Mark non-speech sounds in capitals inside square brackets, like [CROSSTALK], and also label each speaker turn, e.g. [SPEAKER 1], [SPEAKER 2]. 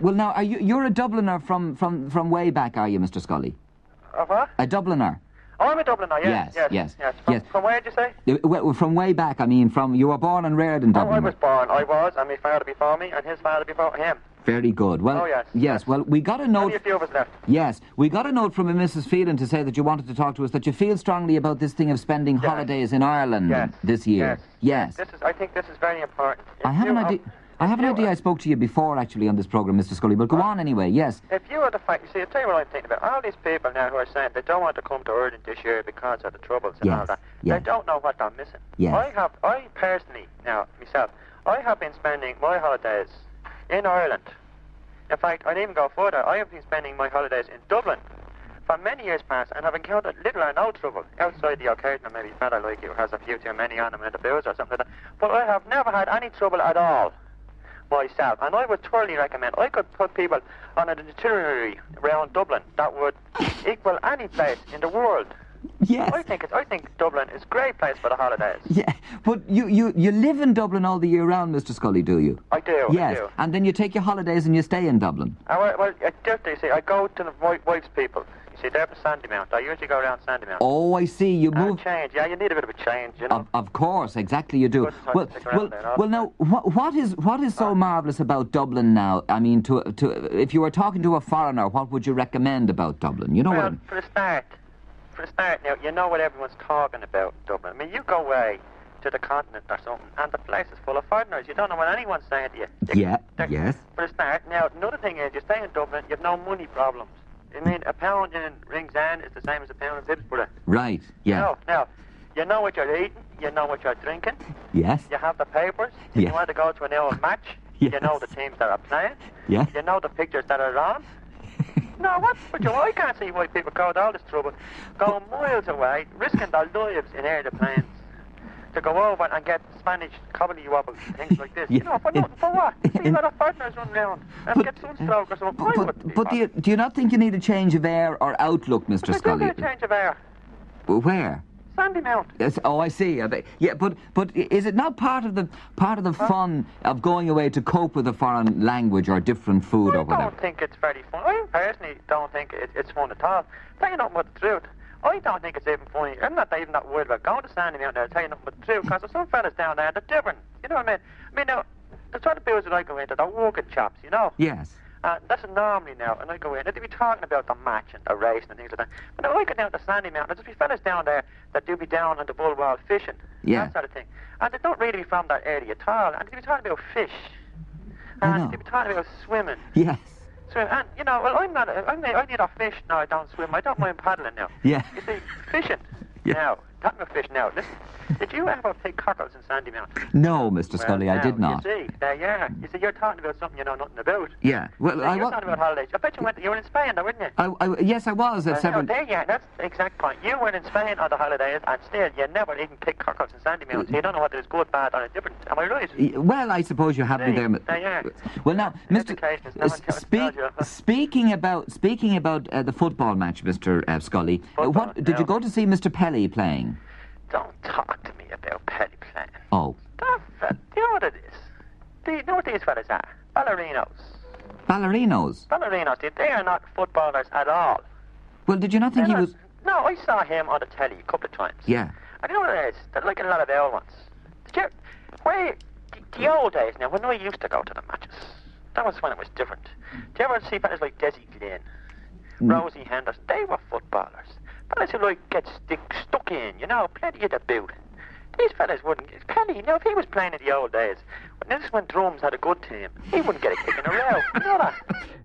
[SPEAKER 1] Well, now, are you, you're a Dubliner from, from, from way back, are you, Mr. Scully?
[SPEAKER 2] Of what?
[SPEAKER 1] A Dubliner.
[SPEAKER 2] Uh-huh. Oh, I'm a Dubliner, yes.
[SPEAKER 1] Yes,
[SPEAKER 2] Yes,
[SPEAKER 1] yes,
[SPEAKER 2] From,
[SPEAKER 1] yes.
[SPEAKER 2] from where did you say?
[SPEAKER 1] Uh, well, From way back, I mean, from you were born and reared in
[SPEAKER 2] Oh, I
[SPEAKER 1] Dublin.
[SPEAKER 2] was born. I was, and my father before me, and his father before him.
[SPEAKER 1] Very good. Well,
[SPEAKER 2] Oh, yes.
[SPEAKER 1] Well, we got a note.
[SPEAKER 2] Only a few of us left.
[SPEAKER 1] Yes, we got a note from a Mrs. Phelan to say that you wanted to talk to us. That you feel strongly about this thing of spending holidays in Ireland
[SPEAKER 2] Yes,
[SPEAKER 1] this year. Yes.
[SPEAKER 2] This is. I think this is very important. If
[SPEAKER 1] I have
[SPEAKER 2] you
[SPEAKER 1] an
[SPEAKER 2] are-
[SPEAKER 1] idea. I have an
[SPEAKER 2] you
[SPEAKER 1] idea.
[SPEAKER 2] are-
[SPEAKER 1] I spoke to you before, actually, on this program, Mr. Scully. But go on anyway. Yes.
[SPEAKER 2] If you were to fight, you see, I tell you what I'm thinking about. All these people now who are saying they don't want to come to Ireland this year because of the troubles and all
[SPEAKER 1] Yes,
[SPEAKER 2] that.
[SPEAKER 1] yes.
[SPEAKER 2] They don't know what they're missing.
[SPEAKER 1] Yes.
[SPEAKER 2] I have, I personally now myself, I have been spending my holidays in Ireland. In fact, I'd even go further. I have been spending my holidays in Dublin for many years past and have encountered little or no trouble outside the occasional maybe fella like you has a few too many on him in the booze or something like that. But I have never had any trouble at all myself, and I would thoroughly recommend. I could put people on an itinerary around Dublin that would equal any place in the world.
[SPEAKER 1] Yes.
[SPEAKER 2] I think it's, I think Dublin is a great place for the holidays.
[SPEAKER 1] [LAUGHS] Yeah. But you, you, you live in Dublin all the year round, Mr. Scully, do you?
[SPEAKER 2] I do.
[SPEAKER 1] yes.
[SPEAKER 2] I do.
[SPEAKER 1] And then you take your holidays and you stay in Dublin.
[SPEAKER 2] I, well, well, I do, you see, I go to the wi- wife's people. You see, they're from Sandymount. I usually go around Sandymount.
[SPEAKER 1] Oh, I see. You
[SPEAKER 2] And
[SPEAKER 1] move.
[SPEAKER 2] change. Yeah, you need a bit of a change, you know.
[SPEAKER 1] Of, of course, exactly you do.
[SPEAKER 2] Good time
[SPEAKER 1] Well,
[SPEAKER 2] to stick around
[SPEAKER 1] well,
[SPEAKER 2] there, not
[SPEAKER 1] well. Now, what, what is what is so marvelous about Dublin now? I mean, to to if you were talking to a foreigner, what would you recommend about Dublin? You know what?
[SPEAKER 2] Well,
[SPEAKER 1] I'm-
[SPEAKER 2] for a start, for a start, now you know what everyone's talking about in Dublin. I mean, you go away to the continent or something, and the place is full of foreigners. You don't know what anyone's saying to you. You-
[SPEAKER 1] Yeah,
[SPEAKER 2] there-
[SPEAKER 1] yes.
[SPEAKER 2] For a start, now another thing is, you stay in Dublin, you have no money problems. I mean, a pound in Ringsend is the same as a pound in Hillsborough.
[SPEAKER 1] Right. Yeah.
[SPEAKER 2] No, no. You know what you're eating, you know what you're drinking,
[SPEAKER 1] Yes.
[SPEAKER 2] you have the papers, if
[SPEAKER 1] Yeah.
[SPEAKER 2] you want to go to an old match, you know the
[SPEAKER 1] Yes.
[SPEAKER 2] teams that are playing,
[SPEAKER 1] Yeah.
[SPEAKER 2] you know the pictures that are
[SPEAKER 1] [LAUGHS]
[SPEAKER 2] on, no, what? But you, I can't see why people go to all this trouble, go miles away, risking their lives in airplanes to go over and get Spanish cobbly wobbles and things like this.
[SPEAKER 1] [LAUGHS] Yeah.
[SPEAKER 2] You know, for, nothing, for
[SPEAKER 1] [LAUGHS]
[SPEAKER 2] what? See a lot of partners running around and
[SPEAKER 1] But-
[SPEAKER 2] get sunstroke or something. Why
[SPEAKER 1] But, but,
[SPEAKER 2] would
[SPEAKER 1] but do, you, do you not think you need a change of air or outlook, Mr.
[SPEAKER 2] But do
[SPEAKER 1] Scully?
[SPEAKER 2] get a change of air.
[SPEAKER 1] Where?
[SPEAKER 2] Sandy Mount.
[SPEAKER 1] Yes, oh, I see. I bet- Yeah, but but is it not part of the part of the fun of going away to cope with a foreign language or different food or
[SPEAKER 2] I
[SPEAKER 1] whatever?
[SPEAKER 2] don't think it's very fun. I personally don't think it, it's fun at all. Tell you nothing but the truth. I don't think it's even funny. I'm not even that worried about going to Sandy Mountain there. Tell you nothing but the truth, because there's some fellas down there, they're different. You know what I mean? I mean, now, the sort of bills that I go into, they're working chaps, you know?
[SPEAKER 1] Yes.
[SPEAKER 2] Uh, that's normally now, and I go in, and they be talking about the match and the race and things like that. But now I go down to Sandy Mountain, there's be fellas down there that do be down on the bull wild fishing,
[SPEAKER 1] Yeah.
[SPEAKER 2] that sort of thing. And they don't really be from that area at all, and they be talking about fish.
[SPEAKER 1] I
[SPEAKER 2] And
[SPEAKER 1] know.
[SPEAKER 2] they be talking about swimming.
[SPEAKER 1] Yes.
[SPEAKER 2] Swim, and you know, well, I'm not. I'm, I need a fish. No, I don't swim. I don't mind paddling now.
[SPEAKER 1] Yeah.
[SPEAKER 2] You see, fishing.
[SPEAKER 1] [LAUGHS] Yeah.
[SPEAKER 2] Now, talking about fish now. Listen, did you ever pick cockles in Sandy Mountain?
[SPEAKER 1] [LAUGHS] No, Mr. Scully,
[SPEAKER 2] Well,
[SPEAKER 1] I did
[SPEAKER 2] now,
[SPEAKER 1] not.
[SPEAKER 2] You see, there you are. You see, you're talking about something you know nothing about.
[SPEAKER 1] Yeah. Well, I
[SPEAKER 2] you're
[SPEAKER 1] was.
[SPEAKER 2] talking about holidays. I bet you went. You were in Spain, though, weren't you?
[SPEAKER 1] I, I, yes, I was at
[SPEAKER 2] Well,
[SPEAKER 1] several.
[SPEAKER 2] No, there you are. That's the exact point. You were in Spain on the holidays, and still you never even picked cockles in Sandy Mountain. So you don't know whether it's good, bad, or different. Am I right?
[SPEAKER 1] Well, I suppose you have me
[SPEAKER 2] See,
[SPEAKER 1] there. mi-
[SPEAKER 2] there you are.
[SPEAKER 1] Well, now, Mr.
[SPEAKER 2] Education is no one tells
[SPEAKER 1] speak,
[SPEAKER 2] you. [LAUGHS]
[SPEAKER 1] speaking about speaking about uh, the football match, Mr. Uh, Scully. Uh, what
[SPEAKER 2] Football,
[SPEAKER 1] did you
[SPEAKER 2] yeah.
[SPEAKER 1] go to see Mr. Pelly playing?
[SPEAKER 2] Don't talk to me about petty planning.
[SPEAKER 1] Oh,
[SPEAKER 2] That fella, do you know what it is? Do you know what these fellas are? Ballerinos.
[SPEAKER 1] ballerinos.
[SPEAKER 2] Ballerinos, they- they are not footballers at all.
[SPEAKER 1] Well, did you not think
[SPEAKER 2] They're
[SPEAKER 1] he was?
[SPEAKER 2] not- No, I saw him on the telly a couple of times.
[SPEAKER 1] Yeah.
[SPEAKER 2] And you know what it is? They're like a lot of the old ones. Did you, where, the, the old days now, when I used to go to the matches, that was when it was different. Do you ever see fellas like Desi Glynn, Rosie Henderson? They were footballers. Fellas who like get stick, stuck in, you know, plenty of the boot. These fellas wouldn't. Penny, you know, if
[SPEAKER 1] [LAUGHS]
[SPEAKER 2] he was playing in the old days, when this is when Drums had a good team, he wouldn't get a kick in a row. You know that?